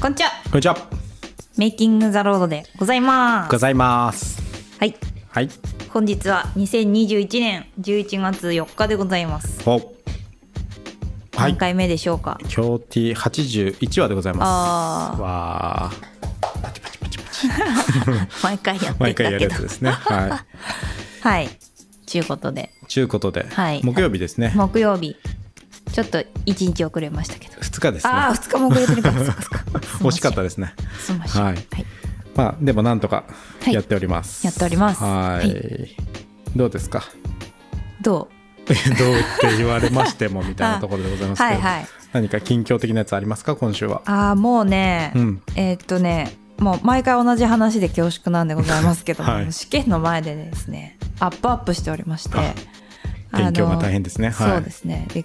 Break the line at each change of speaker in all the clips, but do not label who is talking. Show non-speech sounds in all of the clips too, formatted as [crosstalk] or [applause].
こんにちは
こんにちは。
メイキングザロードでございま
ご
す
ざいます。
はい
はい。
本日は2021年11月4日でございます、
お。はい
何。回目でしょうか
京 T 八十一話でございま
あー
す。わあ。
毎回やって
毎
いた
回やる
け
や
ど
つで
[laughs]
すね。は
はいちゅうことで
い。ちゅうことで、
はい
木曜日ですね。
木曜日ちょっと1日遅れましたけど、
二日ですね
あ。あ2日も遅れてるからそっかそっか
[laughs] 惜しかったですね。
すましいは
はいい、まあでもなんとか
はい
やっております。
やっております
はい。
は
どうですか。 [laughs]
ど
どうって言われましてもみたいなところでございま
う
すけど。
はいはい
何か近況的なやつありますか今週は。
ああもうね、
うん。
えーっとねもう毎回同じ話で恐縮なんでございますけども、
はい
試験の前でですねアップアップしておりまして
あ勉強が大変ですね。
あの
はい。
そうですねで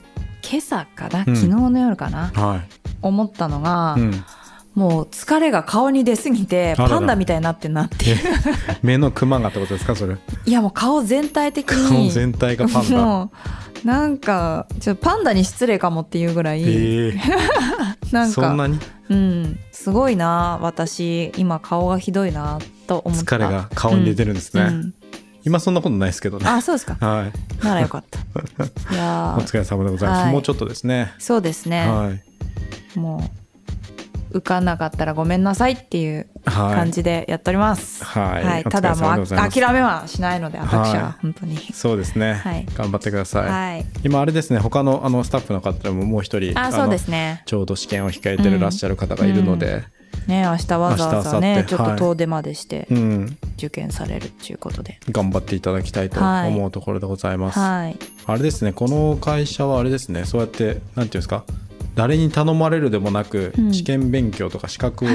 今朝かな、
うん
昨日の夜かな、
は
思ったのが、
い。うん。
もう疲れが顔に出すぎて
あらら
パンダみたいになってんなっていう
目のクマがってことですかそれ。
いやもう顔全体的
顔
に
全体がパン
[laughs]
ダ。
もうなんかちょっとパンダに失礼かもっていうぐらい、
ええ
なん
そ
か
んなに
うん、すごいな私今顔がひどいなと思った
疲れが顔に出てるんですね。
うん
今そんなことないですけどね。
あそうですか
はい。
ならよかった
[laughs]
いや
お
ー
疲れ様でございます。
はい
もうちょっとですね。
そうですね、
はい。
もう受かんなかったらごめんなさいっていう
は
感
い。
じでやっております。
はいお疲
ただもう
れ様でござい
あ
ます
諦めはしないので、私
は
はい本当に。
そうですね、
はい
頑張ってください。
はい。
今あれですね。他のあのスタッフの方ももう一人
あ、そうですね
あの。ちょうど試験を控えてるらっしゃる方がいるので、
ね、明日わざわざ
明
ね、
日
ちょ
明後日
っと遠出までして
うん、
受験されるっていうことで。
頑張っていただきたいと
はい
思うところでございます。
はい。
あれですね、この会社はあれですね、そうやって、なんていうんですか、誰に頼まれるでもなく、
うん
試験勉強とか
[laughs]
資格を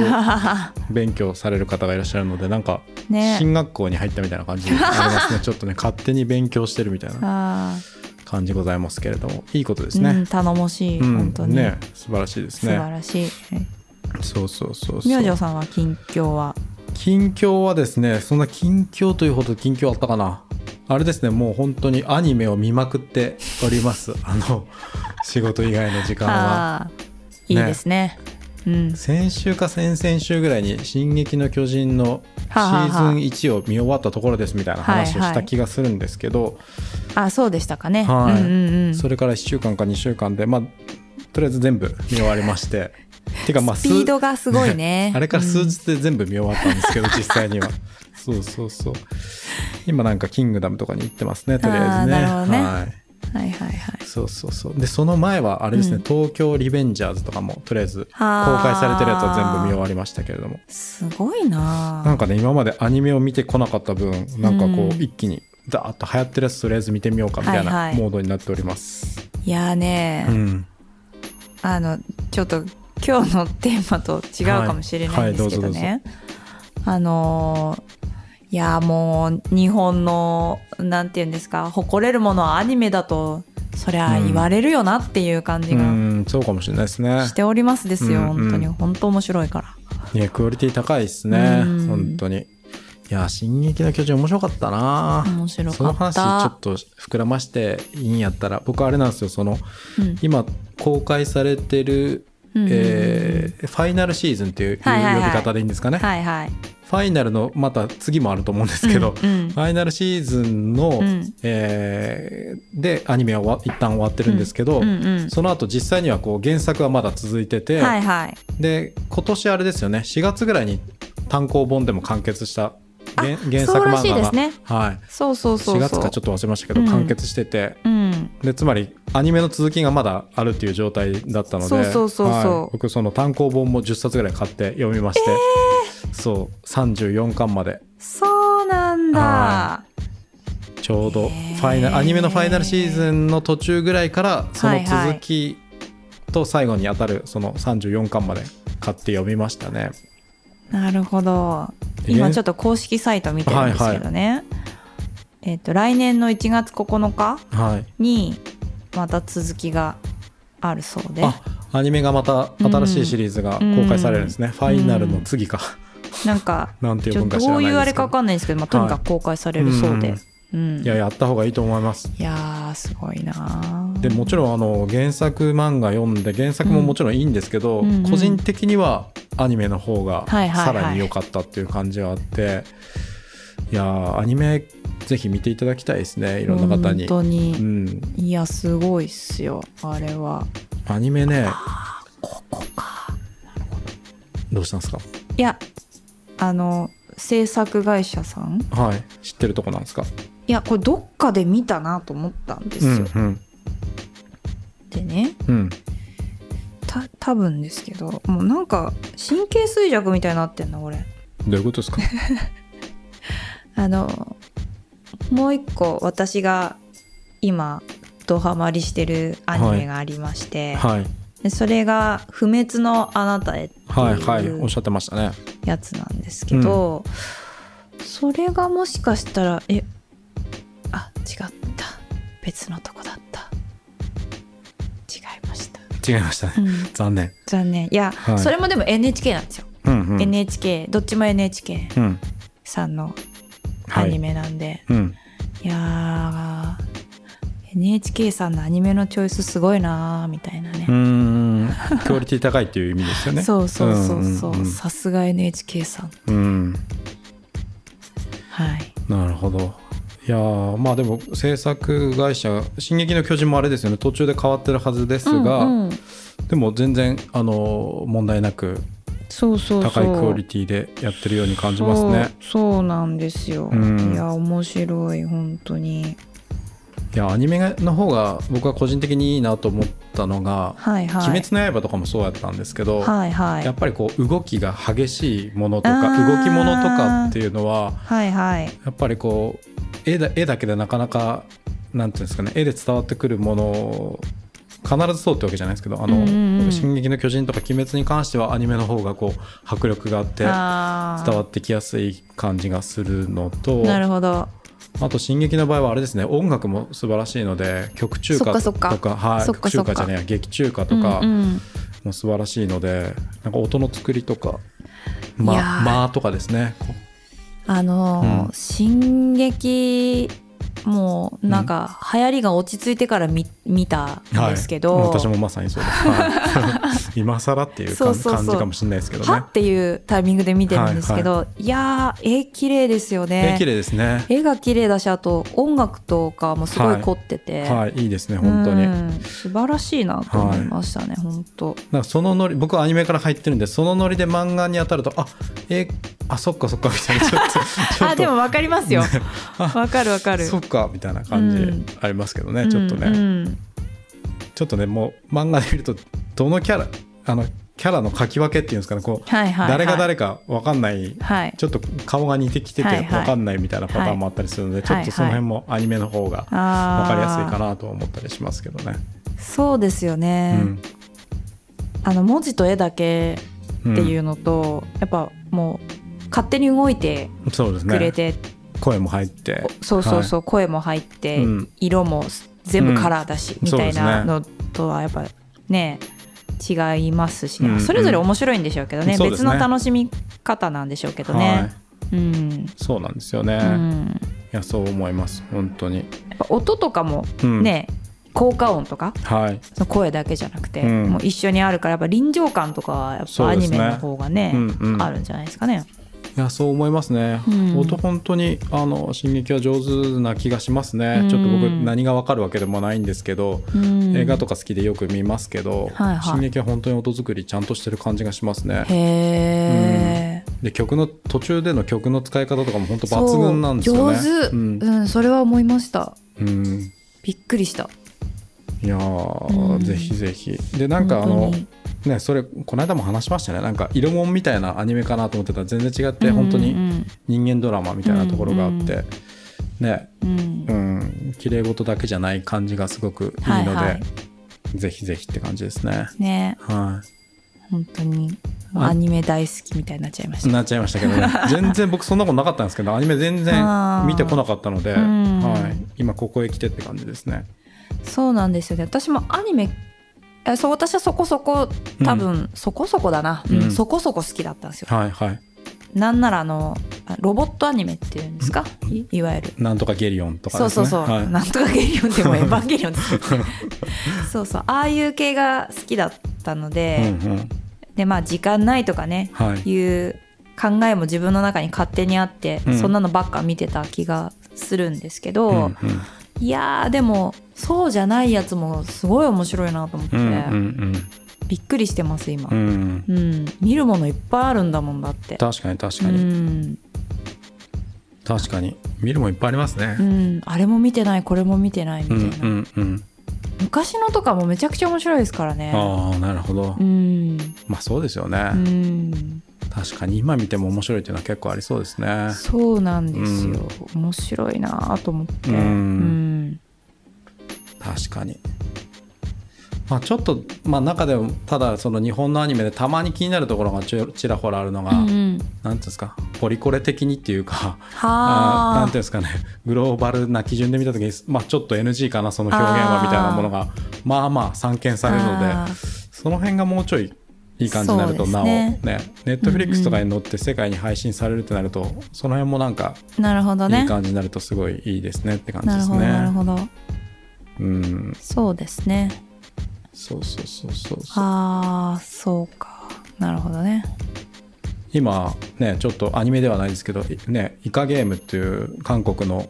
勉強される方がいらっしゃるので、なんか、
ね
進学校に入ったみたいな感じあり
[laughs]
ますね、ちょっとね、勝手に勉強してるみたいな
あ
感じございますけれども、いいことです
ー、 [laughs] うん、
ね。
頼もしい、
うん
本当に。
ね素晴らしいです
素晴
ね。
らしい。はい
そうそうそうそ
明星
う。
さんは近況は。
近況はですね、そんな近況というほど近況あったかな。あれですね、もう本当にアニメを見まくっております。あの、仕事以外の時間は。
ああー、いいですね。うん。
先週か先々週ぐらいに「進撃の巨人」のシーズン1を見終わったところですみたいな話を
はいはい
した気がするんですけど、
あ、そうでしたかね。
はい
うんうんうん。
それから1週間か2週間で、まあ、とりあえず全部見終わりまして
[laughs]
てかまあ
スピードがすごいね
あれから数
うん
日で全部見終わったんですけど、実
[laughs]
際にはそうそうそう今なんか「キングダム」とかに行ってますねとりあえずね
あーなるほどね
はい、
はいはいはい。
そうそうそうでその前はあれですね、
うん
東京リベンジャーズ」とかもとりあえず公
あー
開されてるやつは全部見終わりましたけれども
すごいな
な
あ
んかね今までアニメを見てこなかった分なんかこ
う
う、
ん
一気にダーッと流行ってるやつとりあえず見てみようかみたい
はい
な
はい
モードになっております。
いやーね、
うん
あのちょっと今日のテーマと違うかもしれないんですけどね、
はいは
あのーいやーもう日本のなんて言うんですか誇れるものはアニメだとそりゃ言われるよなっていう感じ
う
が
んそうかもしれないですね
しておりますですよ、
うんう
本
ん
当に本当面白いから
いやクオリティ高いですね
うん
本当にいや「進撃の巨人」面白かったな
面白
その
かっ
話ちょったと膨らましていいんやったら僕あれなんですよその
うん
今公開されてる、
うん
えーファイナルシーズンっていう呼び
はいはいはい
方でいいんですかね、
はいはい
ファイナルのまた次もあると思うんですけど、
うんうん
ファイナルシーズンの、
うん
えーでアニメは終わ一旦終わってるんですけど、
うんうん
その後実際にはこう原作はまだ続いてて、
はいはい
で今年あれですよね4月ぐらいに単行本でも完結した原原
そう
作
らし
漫
い
画
で
が、
すね
はい、
そうそうそうそう
4月かちょっと忘れましたけど、
うん
完結してて
うん
でつまりアニメの続きがまだあるっていう状態だったので
そうそうそうそう
はい僕その単行本も10冊ぐらい買って読みまして、そう34巻まで
そうなんだ、
はちょうどファイナ
へー
ルアニメのファイナルシーズンの途中ぐらいからその続きと最後にあたるその34巻まで買って読みましたね。
なるほど
え
今ちょっと公式サイト見てるんですけどね、えっ、と来年の1月9日
はい、
にまた続きがあるそうで
あアニメがまた新しいシリーズが公開されるんですね、ファイナルの次か、
なんか
なんて
ち
いう
ょっ
文
と
化知
ど
らな
う
い
い
で
うあれ
すけ
か
ど
わかんないですけど、まあ、とにかく公開されるそうで、うん
いややった方がいいと思います
いやーすごいなー
でもちろんあの原作漫画読んで原作ももちろんいいんですけど、
うんうん
個人的にはアニメの方
は
が
いはいはい
さらに良かったっていう感じはあって、いやーアニメぜひ見ていただきたいですねいろんな方に
本当に、
うん、
いやすごいっすよあれは
アニメね
ここか
どうしたんですか
いやあの制作会社さん
はい知ってるとこなんですか
いやこれどっかで見たなと思ったんです
う
よ、
んうん
でね
うん
た多分ですけどもうなんか神経衰弱みたいになってんな俺
どういうことですか
あのもう一個私が今ドハマりしてるアニメがありまして、
はい
でそれが「不滅のあなたへ」って
はいはい
い
おっ
う
しゃってましたね
やつなんですけど、それがもしかしたらえあ違った別のとこだった違いました、
違いましたね
うん、
残念
残念いや、
はい
それもでも NHK なんですよ、
うんうん
NHK どっちも NHK
うん
さんの
は
ア
い
ニメなんで、
うん
いやー NHK さんのアニメのチョイスすごいなーみたいなね
う、ーんクオリティ高いっていう意味ですよね
そうそうそうそ
ん
うさすが NHK さん
うんうん、うん
はい
なるほどいやーまあでも制作会社「進撃の巨人」もあれですよね途中で変わってるはずですが、
うんうん
でも全然あの問題なく
そうそうそう
高いクオリティでやってるように感じますね
そうそうなんですよ、
うん
いや面白い本当に
いやアニメの方が僕は個人的にいいなと思ったのが
はい
「
はい
鬼滅の刃」とかもそうやったんですけど、
はいはい
やっぱりこう動きが激しいものとか
あー
動きものとかっていうのは
はいはい
やっぱりこう絵だ絵だけでなかなかなんていうんですかね絵で伝わってくるもの必ずそうってわけじゃないですけど「あの
うんうんうん
進撃の巨人」とか「鬼滅」に関してはアニメの方がこう迫力があって伝
あー
わってきやすい感じがするのと
なるほど
あと「進撃」の場合はあれですね音楽も素晴らしいので曲中歌
そ
と
っかそ
か
っか
はい
そっか
曲
そ
中
っか
歌じゃねえや劇中歌とか
うんうん
も素晴らしいのでなんか音の作りとか「
い
ま
やー
あ」まあとかですねこ
あのー
うん
進撃もうなんか流行りが落ち着いてから見見たんですけど、
はい、私もまさにそうです、はい
[laughs]
今更っていうか
そうそうそう
感じかもしれないですけど
は
ね
っていうタイミングで見てるんですけど、いやー絵綺麗ですよ
え
ね
綺麗ですね、
絵が綺麗だしあと音楽とかもすごい凝ってて、
はいいいですね本当に、なん
うん素晴らしいなと思いましたね、本当
かそのノリ僕はアニメから入ってるんでそのノリで漫画に当たるとあえあそっかそっかみたい
[laughs]
なちょっとちょっと
あでもわかります
[laughs]
よわかるわかる
そっかみたいな感じ
うん
ありますけどね、ちょっとね、
うんうん
ちょっとねもう漫画で見るとどのキャラあのキャラの書き分けっていうんですかねこう、
はいはい、はい、
誰が誰か分かんない
はい
ちょっと顔が似てきてて
はいはい
分かんないみたいなパターンもあったりするの
は
で、
い
ちょっとその辺もアニメの方が
わ
分かりやすいかなとは思ったりしますけどね。
そうですよ
う
ね、
ん
あの文字と絵だけ
うん
っていうのと、やっぱもう勝手に動いて
そうです
くれ
ね
て、
声も入って
そうそうそう、声も入って、
うん
色も全部カラーだし、
うん
みたいな
そ
のとはやっぱね違いますしね、
うんうん
それぞれ面白いんでしょうけどね
そうです
別
ね
の楽しみ方なんでしょうけど
はいは
ね
い、、
うん、
そうなんですよね、
う
い
ん、
やそう思います本当に、
やっぱ音とかも
うん、
ね、効果音とか
はい、
その声だけじゃなくて、
うん
もう一緒にあるからやっぱ臨場感とかはやっぱ
そ
ア
うで
ニ
す
メ
ね
の方がね
うんうん
あるんじゃないですかね。
いやそう思いますね、
うん
音本当にあの進撃は上手な気がしますね、
うん
ちょっと僕何が分かるわけでもないんですけど、
うん
映画とか好きでよく見ますけど、
はいはい
進撃は本当に音作りちゃんとしてる感じがしますね
へえ、
で曲の途中での曲の使い方とかも本当抜群なんですよね
そう上手、う
うんん、
それは思いました
うん
びっくりした
いやー、
うん
ぜひぜひでなんかあの
本当に
ねそれこの間も話しましたねなんか色もんみたいなアニメかなと思ってたら全然違って本当
う
に
ん
人間ドラマみたいなところがあって、
うんう
ね
うんうん
うん綺麗事だけじゃない感じがすごくいいので、
はいは
ぜひぜひって感じですね
ね
はい
本当に
あ
アニメ大好きみたいになっちゃいました
なっちゃいましたけ
[laughs]
どね全然僕そんなことなかったんですけどアニメ全
あー
然見てこなかったので、
うん
はい、今ここへ来てって感じですね
そうなんですよね私もアニメえそう私はそこそこ多分、そこそこだな、うん
うん
そこそこ好きだったんですよ
はいはい
なんならあのあロボットアニメっていうんですかいいわゆる、
なんとかゲリオンとか
そう
です
そう
ね
そう、
はい
なんとかゲリオンで
[laughs]
もエヴァンゲリオンですよねそうそうああいう系が好きだったので、
うんうん
でまあ時間ないとかね
はい
いう考えも自分の中に勝手にあって、
うん
そんなのばっか見てた気がするんですけど、
うん
いやーでもそうじゃないやつもすごい面白いなと思って、
うんうん
びっくりしてます今
うんう、ん
うん見るものいっぱいあるんだもんだって
確かに確
う
かに
ん、
確かに見るもんいっぱいありますね
うん、あれも見てないこれも見てないみ
う
た
ん
いうな、
んうん
昔のとかもめちゃくちゃ面白いですからね
ああなるほど
うん、
まあそうですよね
うん、
確かに今見ても面白いっていうのは結構ありそうですね
そうなんですよ、面白いなと思って
うん
うん
確かにまあちょっとまあ中でもただその日本のアニメでたまに気になるところがちょちらほらあるのが、
うんうん
なんていうんですかポリコレ的にっていうかあーな
は
んていうんですかねグローバルな基準で見た時に、まあ、ちょっと NG かなその表現は
あー
みたいなものがまあまあ散見されるの
あ
で
ー
その辺がもうちょいいい感じになる
そ
と
うです
なお
ね
ねネットフリックスとかに載って世界に配信されるってなると、その辺もなんか
なるほど
い
ね
い感じになるとすごいいいですねって感じ
な
で
る
す
ほどなる
ね。
ほど
うん
そうですね
そうそうそうそうそう
あーそうかなるほどね
今ねちょっとアニメではないですけど「ね、イカゲーム」っていう韓国の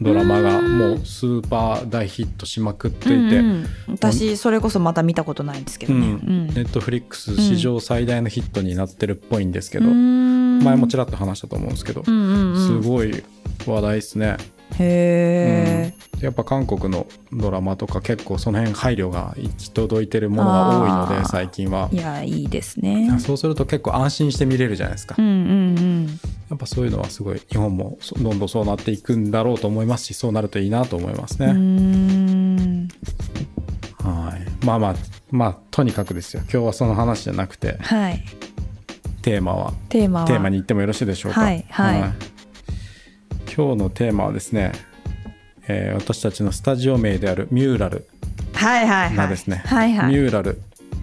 ドラマが
うん
もうスーパー大ヒットしまくっていて、
うんうん私それこそまた見たことないんですけどね、うん
ネットフリックス史上最大のヒットになってるっぽいんですけど、前
前
もちらっと話したと思うんですけど、
うんうんうん、
すごい話題ですね、
へえ、
やっぱ韓国のドラマとか結構その辺配慮が行き届いてるものが多いの
あ
で
ー
最近はい
やいいですね
そうすると結構安心して見れるじゃないですか、
うんうんうん
やっぱそういうのはすごい日本もそどんどんそうなっていくんだろうと思いますしそうなるといいなと思います
うー
ね、
ん
はいまあまあまあとにかくですよ今日はその話じゃなくて
はい
テーマは
テーマは
テーマに行ってもよろしいでしょうか。
はいはい
今日のテーマはですね、えー私たちのスタジオ名であるミューラル
はいはいは
が
い
ですね、
はいは
ミ
い
ューラル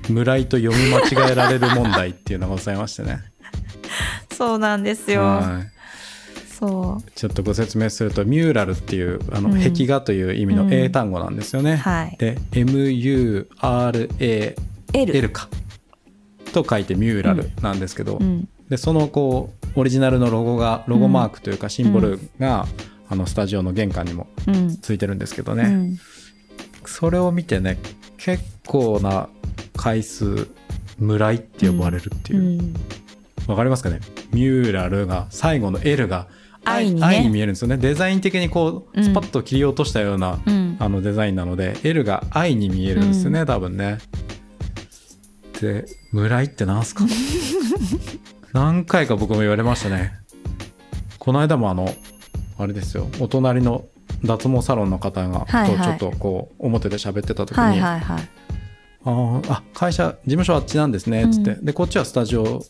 村井と読み間違えられる問題っていうのがございましてね。
そうなんですよ、
はい
そう
ちょっとご説明するとミューラルっていうあの、
うん
壁画という意味
う
の
ん
英単語なんですよね。
はい
で MURAL
L,
かと書いてミューラルなんですけど、
うん
でそのこうオリジナルのロゴがロゴマークというかシンボルが、あのスタジオの玄関にも
うん
ついてるんですけど
う
ね、
ん
それを見てね結構な回数村井って呼ばれるっていうう、
ん
わかりますかねミューラルが最後の L が
愛にね
愛に見えるんですよねデザイン的にこ
う
うんスパッと切り落としたような、
うん
あのデザインなので L が愛に見えるんですよね、多分ねで村井ってな
[laughs]
んすか何回か僕も言われましたねこの間もあのあれですよお隣の脱毛サロンの方がと
はい
ちょ
は
っ
い
とこう表で喋ってた時に、
はいはいはい
あーあ会社事務所あっちなんですねっつって、
う
でこっちはスタジオ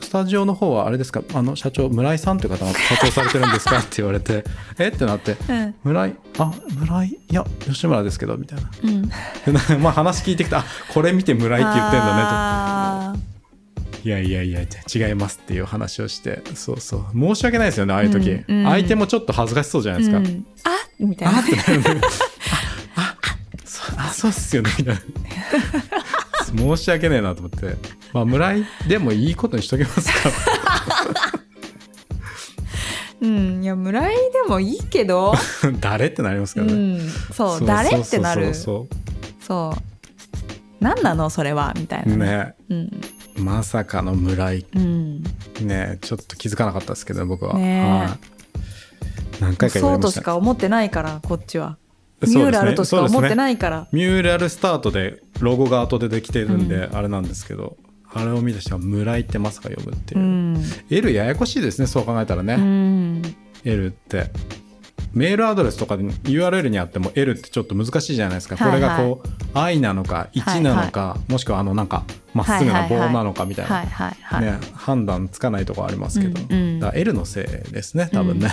スタジオの方はあれですかあの社長村井さんという方が社長されてるんですかって言われてえってなって
うん
村井あ村井いや吉村ですけどみたいな [laughs]
うんって
でなんかまあ話聞いてきたあこれ見て村井って言ってん
だ
だね
ね
といやいやいや違いますっていう話をしてそうそう申し訳ないですよねああいう時、
うんうん
相手もちょっと恥ずかしそうじゃないですか、
うん、あみたい
あ
な
ってなるねああそあそうっすよねみたいな [laughs] 申し訳ねえなと思ってまあ村井でもいいことにしときますか
[laughs] うんいや村井でもいいけど、
誰ってなりますか [laughs]
う
らね、
ん、そう誰ってなるそう
そう
何なのそれはみたい
そう
な
ね
うん
まさかの村井
うん
ねちょっと気づかなかったですけど僕は、
ねえ
い何回か言わ
そ
れ
う
ま
と
し
したか思ってないからこっちは、
そうです
ミ
ね
ューラルとしか思って
そうですね
ないから
ミューラルスタートでロゴが後でできてるんで、
う
あれなんですけどあれを見た人は村井ってまさか呼ぶっていうう、
ん、
L ややこしいですねそう考えたらね、
うん、
L ってメールアドレスとかで URL にあっても L ってちょっと難しいじゃないですか、
はいはい
これがこう I なのか1なのか、もしくはあのなんかまっすぐな棒なのかみたいな、
はいはいはい、
ね、判断つかないとこありますけど、
うんうん
だから L のせいですね多分ね、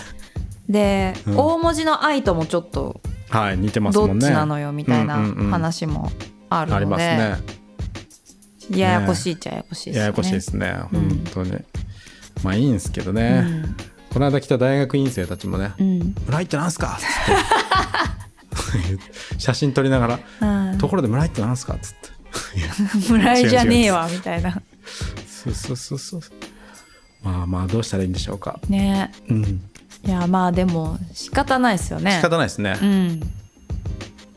で、
うん
大文字の「愛」ともちょっと
はい似てます
ど
もん
っ
ね
ちなのよみたいな
うんうんうん
話もある
あり
の
ます
で、
ね
ややこしいっちゃややこしいですよね
ややこしいですね
うん
本当に、まあいいんですけどね、この間来た大学院生たちもね
うん、うん
「村井って [laughs] なんすか?」つって写真撮りながら
うん
ところで村井ってなんすか?」っつっていや
村井じゃねえわみたいな
そうそうそうそうまあまあどうしたらいいんでしょうか
ね
うん
いやまあでも仕方ないですよね
仕方ないですね、
うん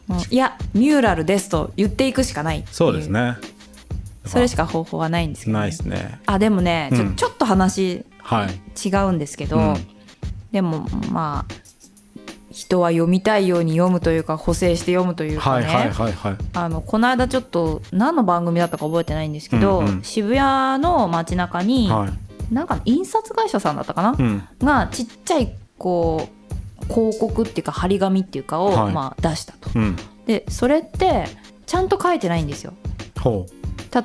もういやミューラルですと言っていくしかないってい
そうですね
それしか方法はないんですけど、ね、
ないですね
あでもねちょ,、
うん
ちょっと話
はい
違うんですけど、
うん
でもまあ人は読みたいように読むというか補正して読むというか
はい
ね、
はいはいはい
あのこの間ちょっと何の番組だったか覚えてないんですけど、
うんうん
渋谷の街中に、
はい、
なんか印刷会社さんだったかな、
うん、
がちっちゃいこう広告っていうか張り紙っていうかを、
はい
まあ、出したと。
うん、
でそれってちゃんと書いてないんですよ。
ほう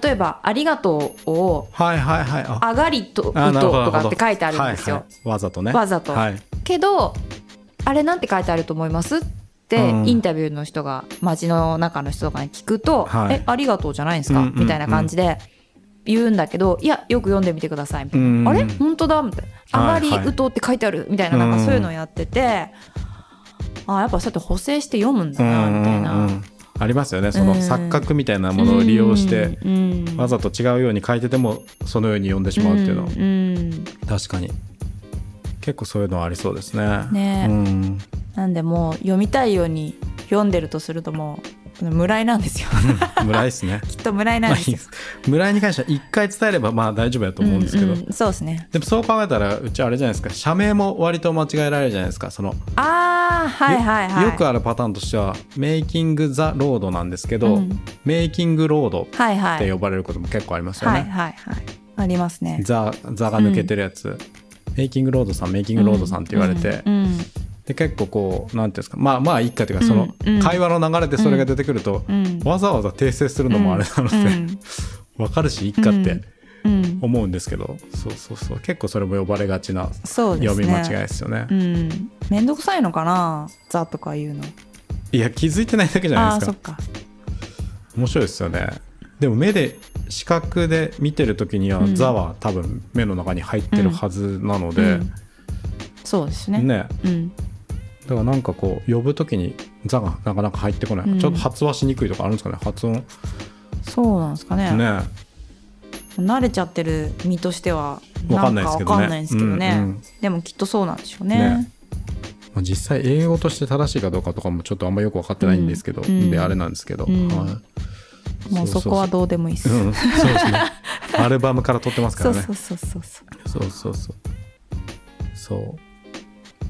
例えば「ありがとう」を
はいはいはい
「
あ
あがりとうと」
なるほど
とかって書いてあるんですよ、
はいはい、わざとね
わざと。
はい
けどあれなんて書いてあると思いますって、
うん
インタビューの人が街の中の人とかに聞くと「
はい
えありがとうじゃないんですか
うんうんうん
みたいな感じで言うんだけど「いやよく読んでみてください」みたいな
うん
あれ本当だ」みたいな「あが
はいはい
りうとう」って書いてあるみたいななんかそういうのをやってて、あやっぱそうやって補正して読むんだ
うん
なみたいな。
うんうんありますよねその
うん
錯覚みたいなものを利用して
うん、うん
わざと違うように書いててもそのように読んでしまうっていうのは
んうん
確かに結構そういうのはありそうですね
ね
うん
なんでもう読みたいように読んでるとするともう無頼なんですよ [laughs]
村井ですね
きっと無頼なんですよ。
[laughs] 村井に関しては一回伝えればまあ大丈夫だと思うんですけど、
んんそうですね
でもそう考えたらうちあれじゃないですか社名も割と間違えられるじゃないですかその
ああはいはいはい
よよくあるパターンとしてはメイキング・ザ・ロードなんですけど、
うん
メイキング・ロードっ
はいはい
て呼ばれることも結構ありますよね、
はいはいはいありますね
ザザが抜けてるやつ、メイキングロードさんメイキングロードさんって言われて、
うんうん
で結構こうなんていうんですかまあまあ一家というかその
うんうん
会話の流れでそれが出てくると、
うん
わざわざ訂正するのもあれなので、
う
わかるし一家っ
う
て
んんうん
思うんですけど、そうそうそう結構それも呼ばれがちな
そうです
読
ね
み間違いですよね
うんめんどくさいのかなザとか言うの
いや気づいてないだけじゃ
あ
ない
あー
です
そっ
か
か
面白いですよねでも目で視覚で見てる時には「
うん
ザ」は多分目の中に入ってるはずなので、
うんそうですね
ね
うん
だからなんかこう呼ぶときに「座」がなかなか入ってこない、
うん
ちょっと発話しにくいとかあるんですかね発音ね
そうなんですかね慣れちゃってる身としては
わかん
ん
ないですけどね
かわかんないですけどね
うんうん
でもきっとそうなんでしょうね
ねまあ実際英語として正しいかどうかとかもちょっとあんまよく分かってないんですけど、
うんうん
であれなんですけど、
うん
はい
もうそこは
そ
どうでもいいっす
うそうそう、うん、そうです
[laughs]
ねアルバムから撮ってますか
そ
ら
う
ね
そうそうそうそう
そうそうそうそう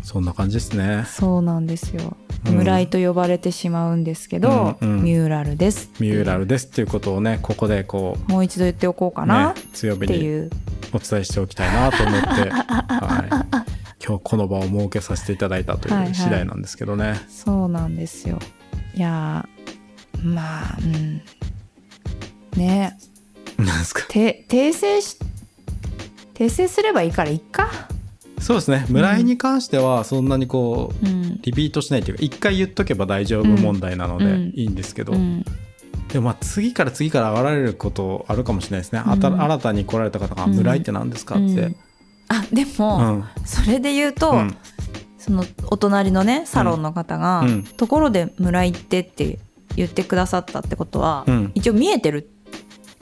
そんな感じですね
そうなんですよ。
うん
ムライと呼ばれてしまうんですけど、
うんうん
ミューラルです。
ミューラルですっていうことをねここでこう
もう一度言っておこうかな
ね
っ、
強火
て
に
いう。
お伝えしておきたいなと思って、はい、今日この場を設けさせていただいたと
はい
い
は
う
い
次第なんですけどね、
そうなんですよ。いやー、まあ、うん。ね、
なんですか
て訂正し訂正すればいいからいっか。
そうですね村井に関してはそんなにこう、
うん。
リピートしないというか一回言っとけば大丈夫問題なので
うん
いいんですけど、
うん
でもまあ次から次から現れることあるかもしれないですね、あた
うん
新たに来られた方が「
うん
村井って何ですか?」って、
うんあで
う
も、
ん
それで言うと、
うん
そのお隣のねサロンの方が、
うん
ところで「村行って」って言ってくださったってことは、
うん
一応見えてる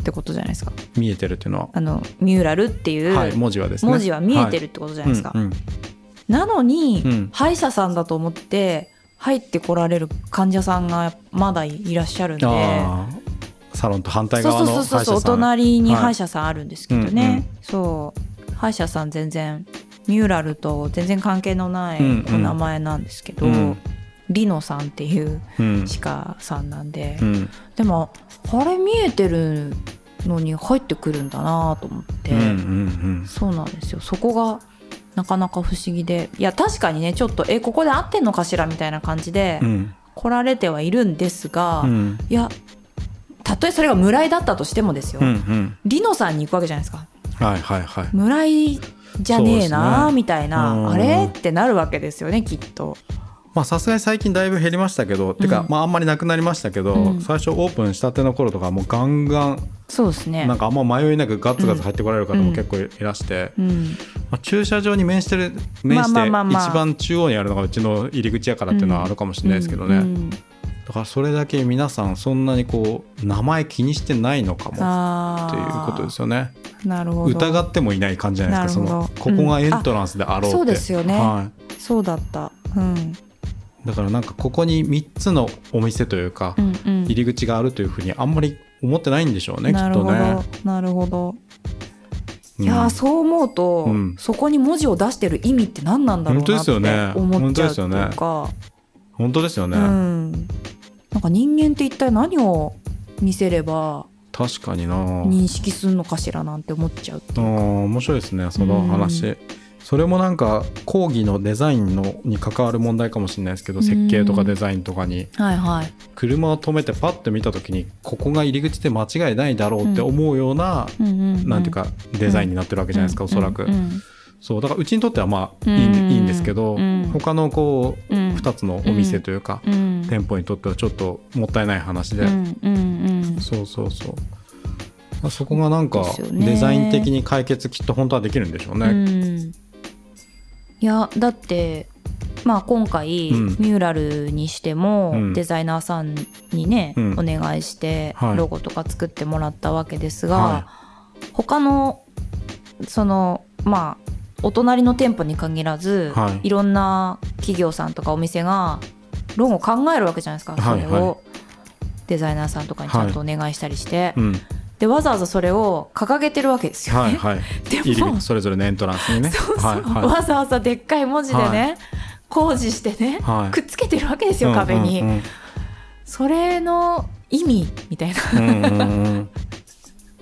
ってことじゃないですか
見えてるっていうのは、
あのミューラルっていう
はい、文字はですね
文字は見えて
る
るってことじゃ
じ
ないですか、
うんうん
なのに、
うん
歯医者さんだと思って入ってこられる患者さんがまだいらっしゃるんで
あーサロンと反対
そう
側
そう
の
そ
歯
う
医
そうん
者さ
そうお隣に歯医者
者
さんあるんですけどね、
はいうんうん
そう歯医者さん全然ミューラルと全然関係のない
うんうん
お名前なんですけど、
うん
リノさんっていう
うん
歯科さんなんで、
うん
でもあれ見えてるのに入ってくるんだなと思って、
うんうん
そうなんですよそこがなかなか不思議でいや確かにねちょっとえここで合ってんのかしらみたいな感じで
うんうん
来られてはいるんですが、
うん
いやたとえそれが村井だったとしてもですよ、
うんうん
リノさんに行くわけじゃないですか
はいはいはい
村井じゃねえ
そう
な
ですね
みたいな、
うん
あれってなるわけですよねきっと。
まあさすがに最近だいぶ減りましたけど、てかまああんまりなくなりましたけど、
うん
最初オープンしたての頃とかもうガンガン
そうですね
なんかあんま迷いなくガツガツ入ってこられる方も結構いらして、
うん、
まあ、駐車場に面してる面して
まあまあまあまあ
一番中央にあるのがうちの入り口やからっていうのはあるかもしれないですけど
う
ね、
んうん
だからそれだけ皆さんそんなにこう名前気にしてないのかも
あ
っていう
あ
ことですよね
すなるほど
疑ってもいない感じじゃないですかそ
なるほ
の
ど
ここがエントランスであろうって、
そうですよね
は
そうだったうん
い、だからなんかここに3つのお店というか
うんうん
入り口があるというふうにあんまり思ってないんでしょうねき
な
っ
る
と
ほど、
ね。
なるほど
うん
いやーそう思うと、
うん
そこに文字を出してる意味って何なんだろうなって思っ
本当
ちゃ
で
うっ
す
てい
よ
う
ね
か、
本当ですよね、
うん、なんか人間って一体何を見せれば
確かにな
認識するのかしらなんて思っちゃうって
あー
いうか
面白いですねその話、
う
それもなんか講義のデザインのに関わる問題かもしれないですけど、
うん
設計とかデザインとかに
はいはい
車を止めてパッと見た時にここが入り口で間違いないだろうって思うような、
うんうんうん
なんていうかデザインになってるわけじゃないですか、
うん
おそらく、
うんうん
そうだからうちにとってはまあいい,、
うん
ん、いいんですけど、
うん
他のこう
うん
2つのお店というか、
うん
店舗にとってはちょっともったいない話で、
うんうんうん
そうそうそうあそこがなんか
ですよね
デザイン的に解決きっと本当はできるんでしょうね、
うん、いやだって、まあ、今回、
うん
ミューラルにしても、
うん
デザイナーさんにね、
うん
お願いして、
はい
ロゴとか作ってもらったわけですが、
は
他のそのまあお隣の店舗に限らず、、
はいい
ろんな企業さんとかお店がロゴを考えるわけじゃないですか、
はい
それを、
はい
デザイナーさんとかにちゃんとお願いしたりして、
うん、
でわざわざそれを掲げてるわけですよね。
はいはい
[laughs] でも
入り口それぞれのエントランスにね
そうそう、
はいは
わざわざでっかい文字でね、
は
工事してね、
いはい
くっつけてるわけですよ、壁に、
うん
それの意味みたいな、
うんうんうんうん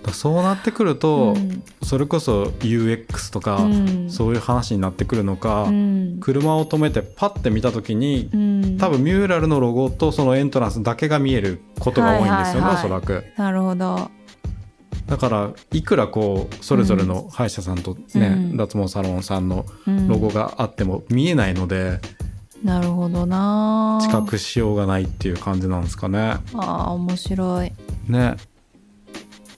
だそうなってくると、
うん
それこそ UX とか、
うん
そういう話になってくるのか、
うん
車を止めてパッて見た時に、
うん
多分ミューラルのロゴとそのエントランスだけが見えることが多いんですよね、
はいはいはい
おそらく
なるほど
だからいくらこうそれぞれの歯医者さんとね、
うん
脱毛サロンさんの
うん
ロゴがあっても見えないので、
なるほどな
知覚しようがないっていう感じなんですかね。
あー面白いい
ね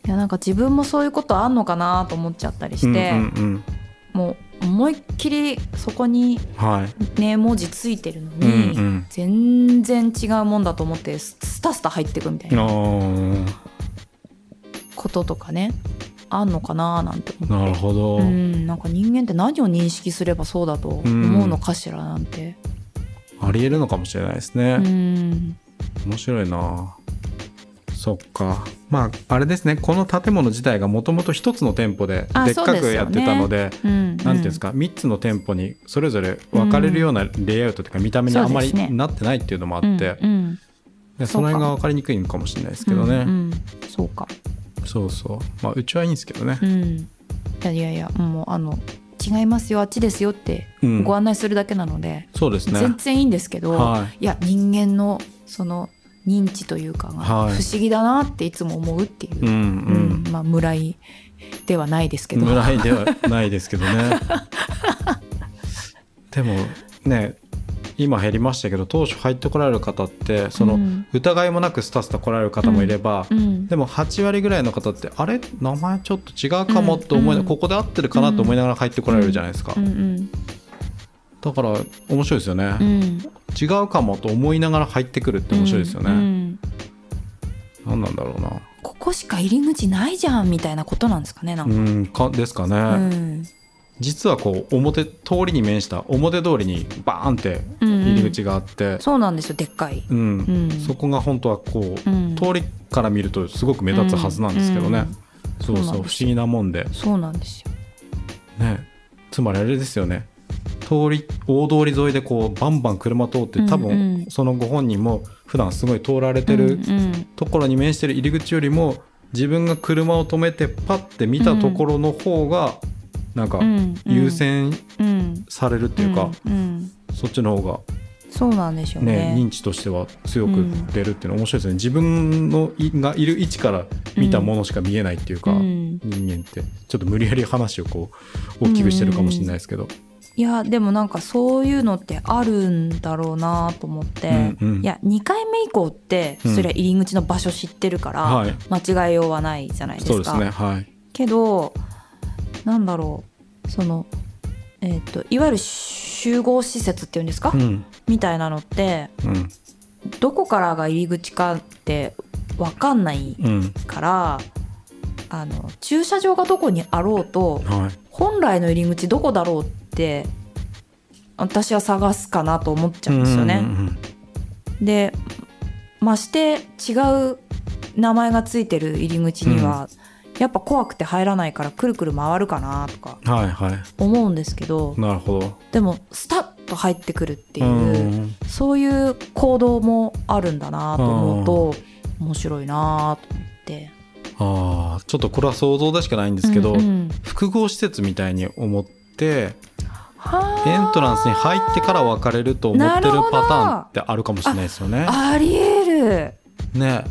やなんか自分もそういうことあんのかなと思っちゃったりして、
うんうん
もう思いっきりそこに
うん、はい、
ね文字ついてるの
う
に、
ん
全然違うもんだと思ってススタスタ入ってくみたい
うん、
な
あ
こととかねあんのかななんて思って
ーなるほど、
うん、なんか人間って何を認識すればそうだと思うのかしらなんて、
ありえるのかもしれないですね
う、ん、
面白いなそっかまああれですねこの建物自体がもともと一つの店舗で
あ
でっ
そう
か
ですよ
く
ね
やってたので
うん、
なんていうんですか、三3つの店舗にそれぞれ分かれるようなレイアウトというか見た目にあんま
そうですね
りなってないっていうのもあっ
う
て
ん、
そ,、
うんうん
でその辺が分かりにくいのかもしれないですけど
うん
ね、
うんそうか、
そうそうまあうちはいいんですけどね
う、ん、いやいやいやもうあの違いますよあっちですよって
うん
ご案内するだけなので、
そうですね
全然いいんですけど、、
はい
や人間のその認知というかが不
はい
思議だなっていつも思うっていう、
い、うんうん
うんまあ村井ではないですけど
ぐらいではないですけ
[laughs]
どねでもね今減りましたけど当初入ってこられる方ってその、
うん
疑いもなくスタスタ来られる方もいれば、
うん、
でも8割ぐらいの方ってあれ名前ちょっと違うかもって思いな、
うん
ここで合ってるかなと思いながら入ってこられるじゃないですか、
うんうん
だから面白いですよね、
うん、
違うかもと思いながら入ってくるって面白いですよね、
うん
な
うん
ん、何なんだろうな
ここしか入り口ないじゃんみたいなことなんですかねなん
う
か、
んかですかね、
うん
実はこう表通りに面した表通りにバーンって入り口があって、
そうなんですよでっかい、
うん
うん
そこが本当はこう、
うん
通りから見るとすごく目立つはずなんですけどね、
うん
そうそう
そうなん
不思
です
議なもんで、
そうなんですよ
ね、つまりあれですよね通り大通り沿いでこうバンバン車通って多
うんうん
分そのご本人も普段すごい通られてる
うんうん
ところに面してる入り口よりも自分が車を止めてパッて見たところの方がなんか
うんうん
優先
うん
されるっていうか、
うんうん
そっちの方が
そうなんでしょうね
ね認知としては強く出るっていうのは面白いですね、自分のいがいる位置から見たものしか見えないっていうか、
うん、
人間ってちょっと無理やり話をこう大きくしてるかもしれないですけど、
いやでもなんかそういうのってあるんだろうなと思って、
うんうん
いや2回目以降って
うん
それは入り口の場所知ってるから、
はい
間違えようはないじゃないですか
そうですねはい
けどなんだろうそのえっ、といわゆる集合施設っていうんですか、
うん
みたいなのって
うん
どこからが入り口かって分かんない
うん
からあの駐車場がどこにあろうと
は
本来の入り口どこだろうって私は探すかなと思っち
い
ゃうんですよね。
うんうん
でまして違う名前がついてる入り口には、やっぱ怖くて入らないからくるくる回るかなとか
うんはいはい
思うんですけど
なるほど
でもスタッと入ってくるっていうう、
ん
そういう行動もあるんだなと思うと、面白いなと思って。
ああちょっとこれは想像でしかないんですけど、
うんうん
複合施設みたいに思って
はあ
エントランスに入ってから別れると思ってる
なるほど
パターンってあるかもしれないですよね。
ありえる
ね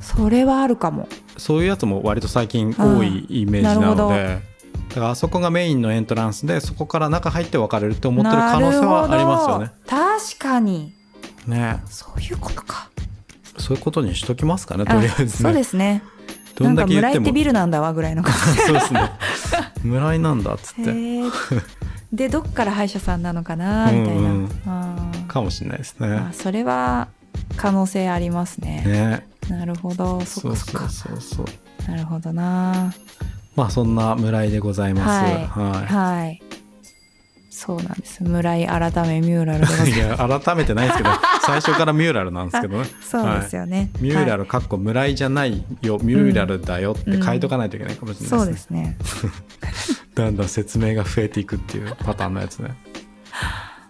それはあるかも
そういうやつも割と最近多いイメージなの
な
で。だからあそこがメインのエントランスでそこから中入って別れるって思ってる可能性はありますよ
な
ね
る。ほど確かに
ね
そういうことか
そういうことにしときますかねとりあえず
そうで
ね。
すね
どんだけ言
な
っ
んか村井
て
って
も
ビルなんだわぐらいの感
[laughs] そうですね。村井なんだっつっ
じ
て
へ
[laughs]
ーでどっから歯医者さんなのかなみたいな、
うんうん
あー
かもしれないです
あ
ね。
それは可能性ありますね
ね
なるほどそっ
そ
か
う
そっか
そうそうそう。
なるほどな
まあそんな村井でございます。
はい
は
はいそうなんです村井改めミューラルでござい
[laughs] い。いや改めてないですけど最初からミューラルなんですけどね。
ますそうですよね、
ミューラ
ル
ルかっこ村井じゃないよ、ミューラルだよって書いとかないといけないかもしれない
そう
で
です
ね。
すね
だんだん説明が増えていくっていうパターンのやつ
[laughs]
ね。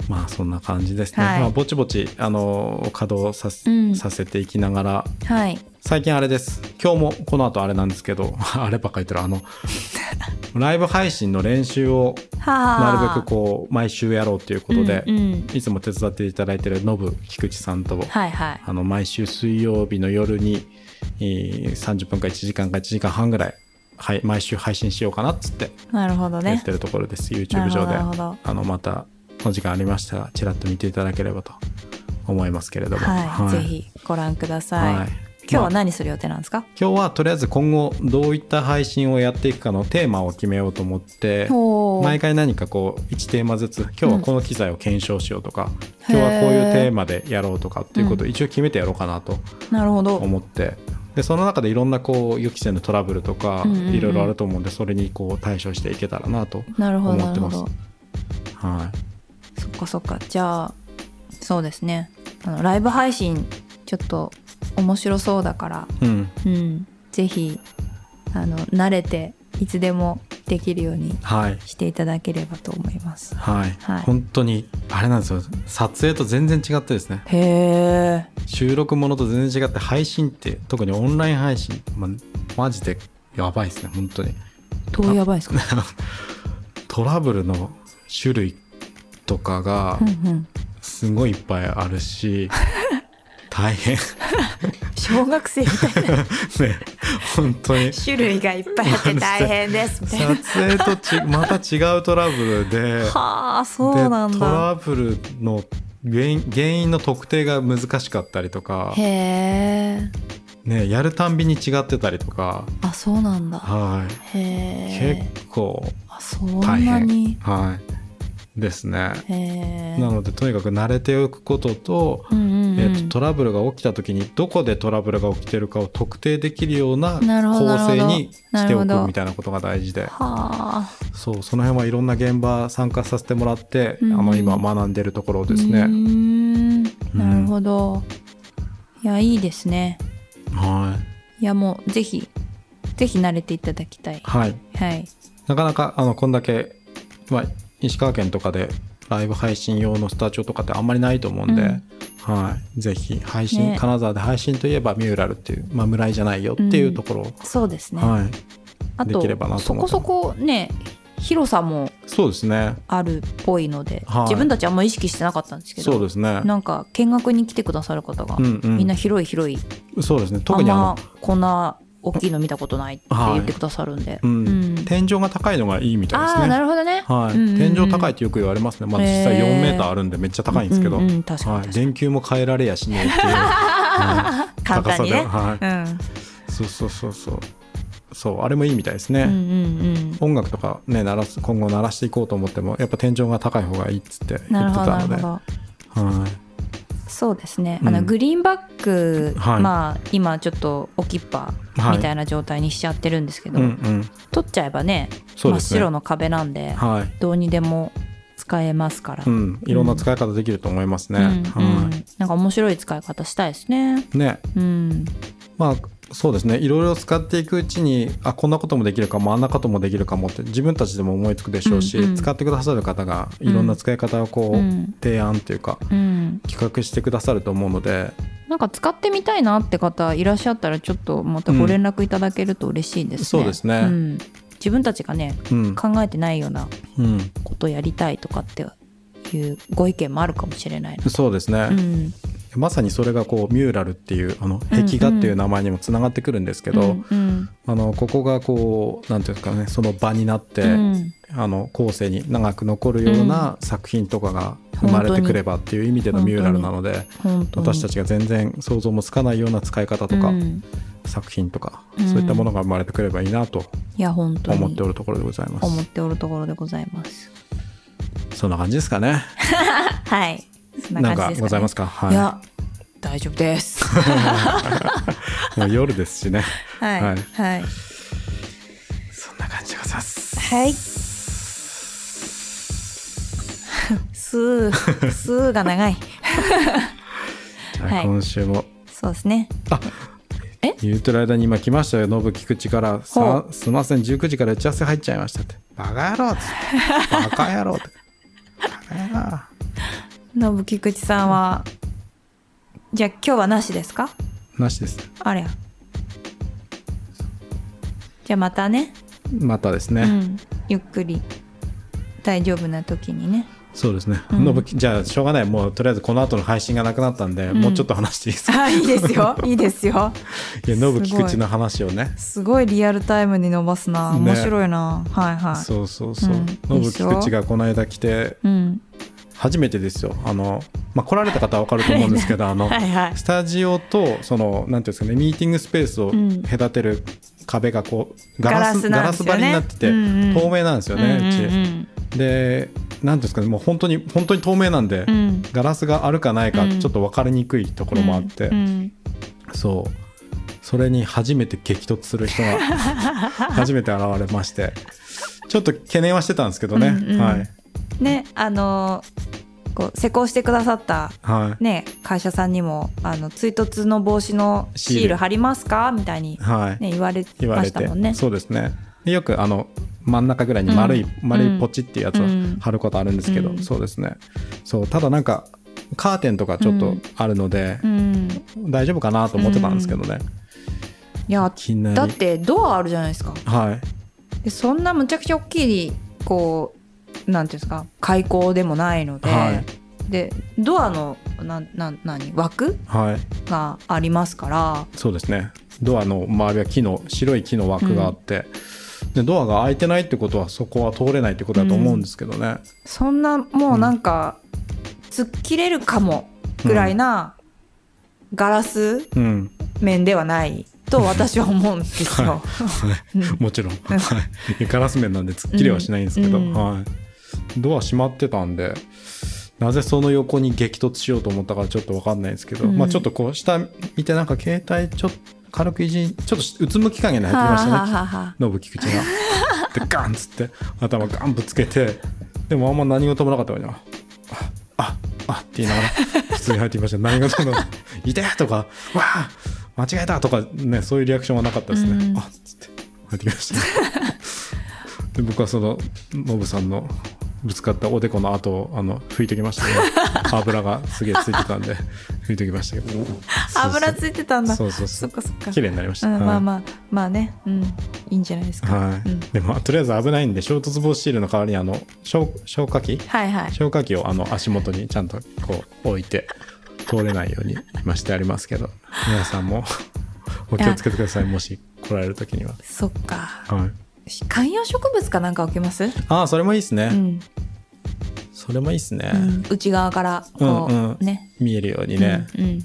まあそんな感じですね。
はい
まあぼちぼちあの稼働させ,、
うん
させていきながら
はい
最近あれです今日もこの後あれなんですけど [laughs] あればっかり言ってる
[laughs]
あのライブ配信の練習をなるべくこう毎週やろうということで、
うんうん
いつも手伝っていただいてるノブ菊池さんと、
はいはい
あの毎週水曜日の夜に、えー30分か1時間か1時間半ぐらい、はい、毎週配信しようかなっつって
なるほど
やっ
ね
てるところです、
な
YouTube
るほど
上で
なるほど
あのまたお時間ありましたらちらっと見ていただければと思いますけれども、
はい、ぜひご覧ください、
はい
今日は
まあ
何する予定なんですか、
今日はとりあえず今後どういった配信をやっていくかのテーマを決めようと思って
ほう
毎回何かこう1テーマずつ今日はこの機材を検証しようとか、
うん
今日はこういうテーマでやろうとかっていうことを
へ
一応決めてやろうかなと
なるほど
思って、でその中でいろんなこう予期せぬトラブルとか
うんうんうん
いろいろあると思うんでそれにこう対処していけたらなと、
なるほど
思
な
っ
る
て
ほ
ます
ど
は
そっかそっかじゃあそうですねあのライブ配信ちょっと面白そうだから
いうん
うんぜひあの慣れていつでもできるように
はい
していただければと思います
はい、
はい
本当にあれなんですよ撮影と全然違ってですね
へえ
収録ものと全然違って配信って特にオンライン配信、ま、マジでやばいですね本当に。 [laughs]
どうやばいですか
トラブルの種類とかが
うんうん
すごいいっぱいあるし、大変 [laughs] ね
小学生みたいな
本当に
種類がいっぱいあって大変ですみたいな
撮影とち
[laughs]
また違うトラブルで
はあそうなん
でト
だ
ラブルの原因原因の特定が難しかったりとか
へ、え
ね、やるたんびに違ってたりとか、
あそうなんだ
はい
へえ
結構
あそん
大
な
変
に、
はい、ですね。
へえ
なのでとにかく慣れておくことと
うんうんうん
えー、とトラブルが起きた時にどこでトラブルが起きてるかを特定できるような構
なるほど
成にし
な
て
る
お
ほどなるほ
く
ど
みたいなことが大事で
はあ
そうその辺はいろんな現場参加させてもらって、
うんうん
あの今学んでるところです
うー
ね。
ん
うん
なるほど、いやいいですね
はい
やもうぜひぜひ慣れていただきたい
い、はい、
はい
なかなかあのこんだけ、まあ、石川県とかでライブ配信用のスタジオとかってあんまりないと思うんで、
うん
はい、ぜひ配信、
ね
金沢で配信といえばミューラルっていう、まあ、村井じゃないよっていうところを、
そうですね、
はい、
あ
できればな
と
と
そ
思っ
こ
て
そこね広さも
そうですね
あるっぽいので、
はい
自分たちあんま意識してなかったんですけど
そうですね。
なんか見学に来てくださる方が、
うんうん
みんな広い広い
そうですね特にあ
ん
の
まこんな大きいの見たことないって言ってくださるんで、
うん
うん
天井が高いのがいいみたいです
ああ
ね。
なるほどね、
はい、
うんうんうん
天井高いってよく言われますね。まあ実際
へー
4メーターあるんでめっちゃ高いんですけど、
うんうん確かに
はい、
確かに
電球も変えられやしねっていうはい
[laughs] 簡単にね、
高さで
うん
はい、そうそうそうそうそうあれもいいみたいですね。
うんうん
音楽とかね鳴らす今後鳴らしていこうと思ってもやっぱ天井が高い方がいいっつって
うんな
言
る
って
ほど
た
な
の
る
で、
ほど
はい、
そうですねあの、
うん
グリーンバック、
はい
まあ今ちょっと置きっぱ
はい
みたいな状態にしちゃってるんですけど、
うんうん
取っちゃえばね
そ
真
うで
っ
すね
白の壁なんで
はい
どうにでも使えますから、
うんいろんな使い方できると思いますね、
うんうん
は
なんか面白い使い方したいですね
いね
うん
まあそうですねいろいろ使っていくうちにあこんなこともできるかもあんなこともできるかもって自分たちでも思いつくでしょうし、
うんうん
使ってくださる方がいろんな使い方をこ
う
う、
ん
提案というか
うん
企画してくださると思うので
なんか使ってみたいなって方いらっしゃったらちょっとまたご連絡いただけると嬉しいですね、
うんそうですね
ん自分たちがね
うん、
考えてないような
うん、
ことやりたいとかっていうご意見もあるかもしれないの
そうですね、
うん
まさにそれがこうミューラルっていうあの壁画っていう名前にもつながってくるんですけど、
うんうん
あのここがこうなんていうんですかねその場になって、
うん
あの後世に長く残るような作品とかが生まれてくればっていう意味でのミューラルなので
本当に
私たちが全然想像もつかないような使い方とか、
うん
作品とか、
うん
そういったものが生まれてくればいいなと
いや本当に
思っておるところでございます。
思っておるところでございます
そんな感じですかね。
はいそん
な
なん感
か
じですかね
ございますか。はい
や大丈夫
[laughs]
です。
い。もう夜ですしね。
はい
はい
はい。
そんな感じでございます。
はいスースーが長い。
じゃあ
はい
今週も、
そうですね。
言うてる間に今来ましたよ。ノブ菊池から、さ
ほ
すみません、19時から打ち合わせ入っちゃいましたって。バカ野郎っつって。 [laughs] バカ野郎って。バカ野郎。
のぶ菊池さんは、じゃあ今日はなしですか
なしです。
あれや。じゃあまたね。
またですね。
うん。ゆっくり。大丈夫な時にね。
そうですね。
うん
ノブじゃあ、しょうがない。もうとりあえずこの後の配信がなくなったんで、
ん
もうちょっと話していいですか。
あいいですよ。いいですよ。
いや、ノブ
[laughs] す
菊
ごい
池の話をね。
すごいリアルタイムに伸ばすな。
ね
面白いな。はいはい。
そうそうそう。
うん
ノ
いい
ブ
っしょ
菊池がこの間来て、
うん。
初めてですよ。あの、まあ、来られた方はわかると思うんですけ
[laughs]
ど、あの、
はいはい。
スタジオとそのなんていうんですかねミーティングスペースを
うん
隔てる壁がこうガ
ガ
ラ
ラ
ス
ス
ガ
なん
ラ
で
ス
すよね
張りになってて、
うんうん
透明なんですよね、うち、でなんていうんですかねもう本当に本当に透明なんで、
うんうんうん。
ガラスがあるかないか
うん
ちょっと分かりにくいところもあって、
うんうん
そうそれに初めて激突する人
[laughs]
が初めて現れましてちょっと懸念はしてたんですけどね、
うんうん
はい
ねあのこう施工してくださった、
は
ね、会社さんにもあの追突の防止の
シール
シール貼りますかみたいに
い、、はい、
ね、言われ
言わ
ま
れ、
してたもんね。
そうですねでよくあの真ん中ぐらいに丸い、
うん
丸
う
い
ん
ポチっていうやつを
うん
貼ることあるんですけど、
うん
そうですねそうただなんかカーテンとかちょっとあるので、
うん、い
大丈夫かなと思ってたんですけどね、
や
いきなり
だってドアあるじゃないですか
はい
でそんなむちゃくちゃ大きいこうなんていうんですか開口でもないので、
は
でドアのなんなん何枠
はい
がありますから
そうですねドアの周りは木の白い木の枠があって、でドアが開いてないってことはそこは通れないってことだと思うんですけどね、
そんなもうなんか、突っ切れるかもぐらいな、ガラス
うん
面ではないと私は思うんですよ。
もちろん、はい、ガラス面なんで突っ切りはしないんですけど、
うん
はい、ドア閉まってたんでなぜその横に激突しようと思ったかちょっと分かんないですけど、
うん
まあちょっとこう下見てなんか携帯ちょっと軽くいじりちょっとうつむき加減で入ってきま
はあ [laughs] はあ
したね
はあは
ノブ菊池が。でガンっつって頭ガンぶつけてでもあんま何事もなかったわけじゃん。あああって言いながら普通に入ってきました何事もなかった「痛い!」とか「わあ間違えた!」とかねそういうリアクションはなかったですね。
うん
あっつって入ってきました。で僕はそのノブさんのぶつかったおでこの跡をあの拭いてきましたね油がすげえついてたんで拭いてきましたけど
あ油ついてたんだ。
そうそうそ
そうっかそっか。
綺麗になりました、
うん、
はい
まあまあまあね、うん、いいんじゃないですか。
はい
うん
でもとりあえず危ないんで衝突防止シールの代わりにあの消消火器
はいはい。
消火器をあの足元にちゃんとこう置いて通れないように今してありますけど皆さんもお気をつけてくださいもし来られる時には、
そっか。
はい、
観葉植物かなんか置けます？
ああそれもいいですね、
うん、
それもいいですね、
うん、内側からこう、
うんうん
ね。
見えるようにね、
うんうん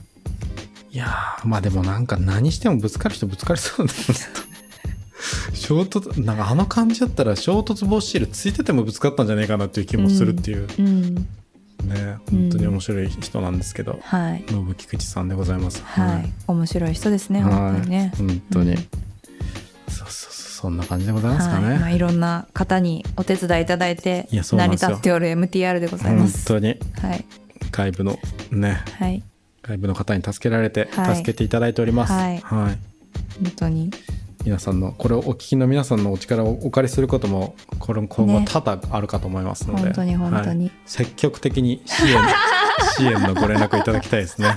いやーまあでもなんか何してもぶつかる人ぶつか
[laughs]
りそうだな衝突なんかあの感じだったら衝突防止シールついててもぶつかったんじゃないかなっていう気もするっていう、
うん
ね本当に面白い人なんですけど、
はい
ノブ菊池さんでございます。
はい、面白い人ですね、
はい
本当にね。
本当に、
うん
そうそうそうそんな感じでございますかね。
はい、まあいろんな方にお手伝いいただいて
いやそうな
成
ん
り
です
立
よ
っておる MTR でございま
本
す。
当に
はい、
外部のね
はい、
外部の方に助けられて、
はい
助けていただいております。
はい
はい
本当に
皆さんのこれをお聞きの皆さんのお力をお借りすることもこれも今後
ね
多々あるかと思いますので、
本当に本当に
はい積極的に支援
[laughs]
支援のご連絡いただきたいですね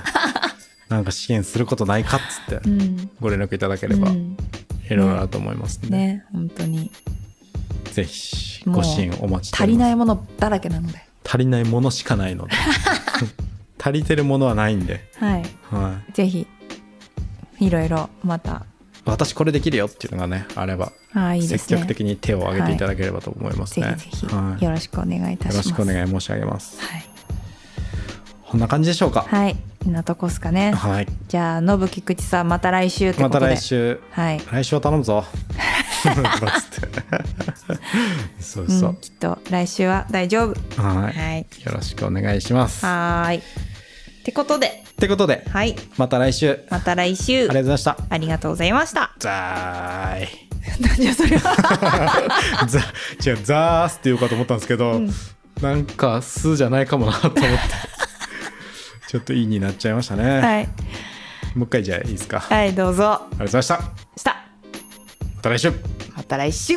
なんか支援することないかっつって
うん、
ご連絡いただければ
う
い
ん
ろいろあると思いますので、
ね、本当に
ぜひご支援お待ちしてお
足
り
り
ます
ないものだらけなので、
足りないものしかない
[laughs]
ので足りてるものはないんで、
はい、
はい、
ぜひいろいろまた、
私これできるよっていうのがねあれば
はい、いいです
積
ね。
極的に手を挙げていただければと思います
ぜ
ね、
ひぜひ、
はい、
よ
よ
ろしくお願いいたし
ろ
ます。
しくお
はい、
願い申し上げますこんな感じでしょうか。
はい、なとこっすかね。
はい。
じゃあ、のぶきくちさん、また来週ってこ
ま
と
た
で。
来週。
はい、、。
来週は頼むぞ。 [laughs] つってそうそううん
きっと来週は大丈夫。
は
はい。
い。よろしくお願いします。っ
はーい。ってことで、
てことで、
はい。
また来週。あり
また来週。
がとうございました。
ありがとうございました。 [laughs]
ザーイ。
なんじゃそれ
[laughs]
は。
ザ、 [laughs] 違う、ザースって言うかと思ったんですけど、なんか、すじゃないかもなと思って。 [laughs] ちょっといいになっちゃいましたね。
はい。
もう一回じゃあいいですか。ありが
はい、どうぞ。
とうございました。
した。
また来週。
また来週。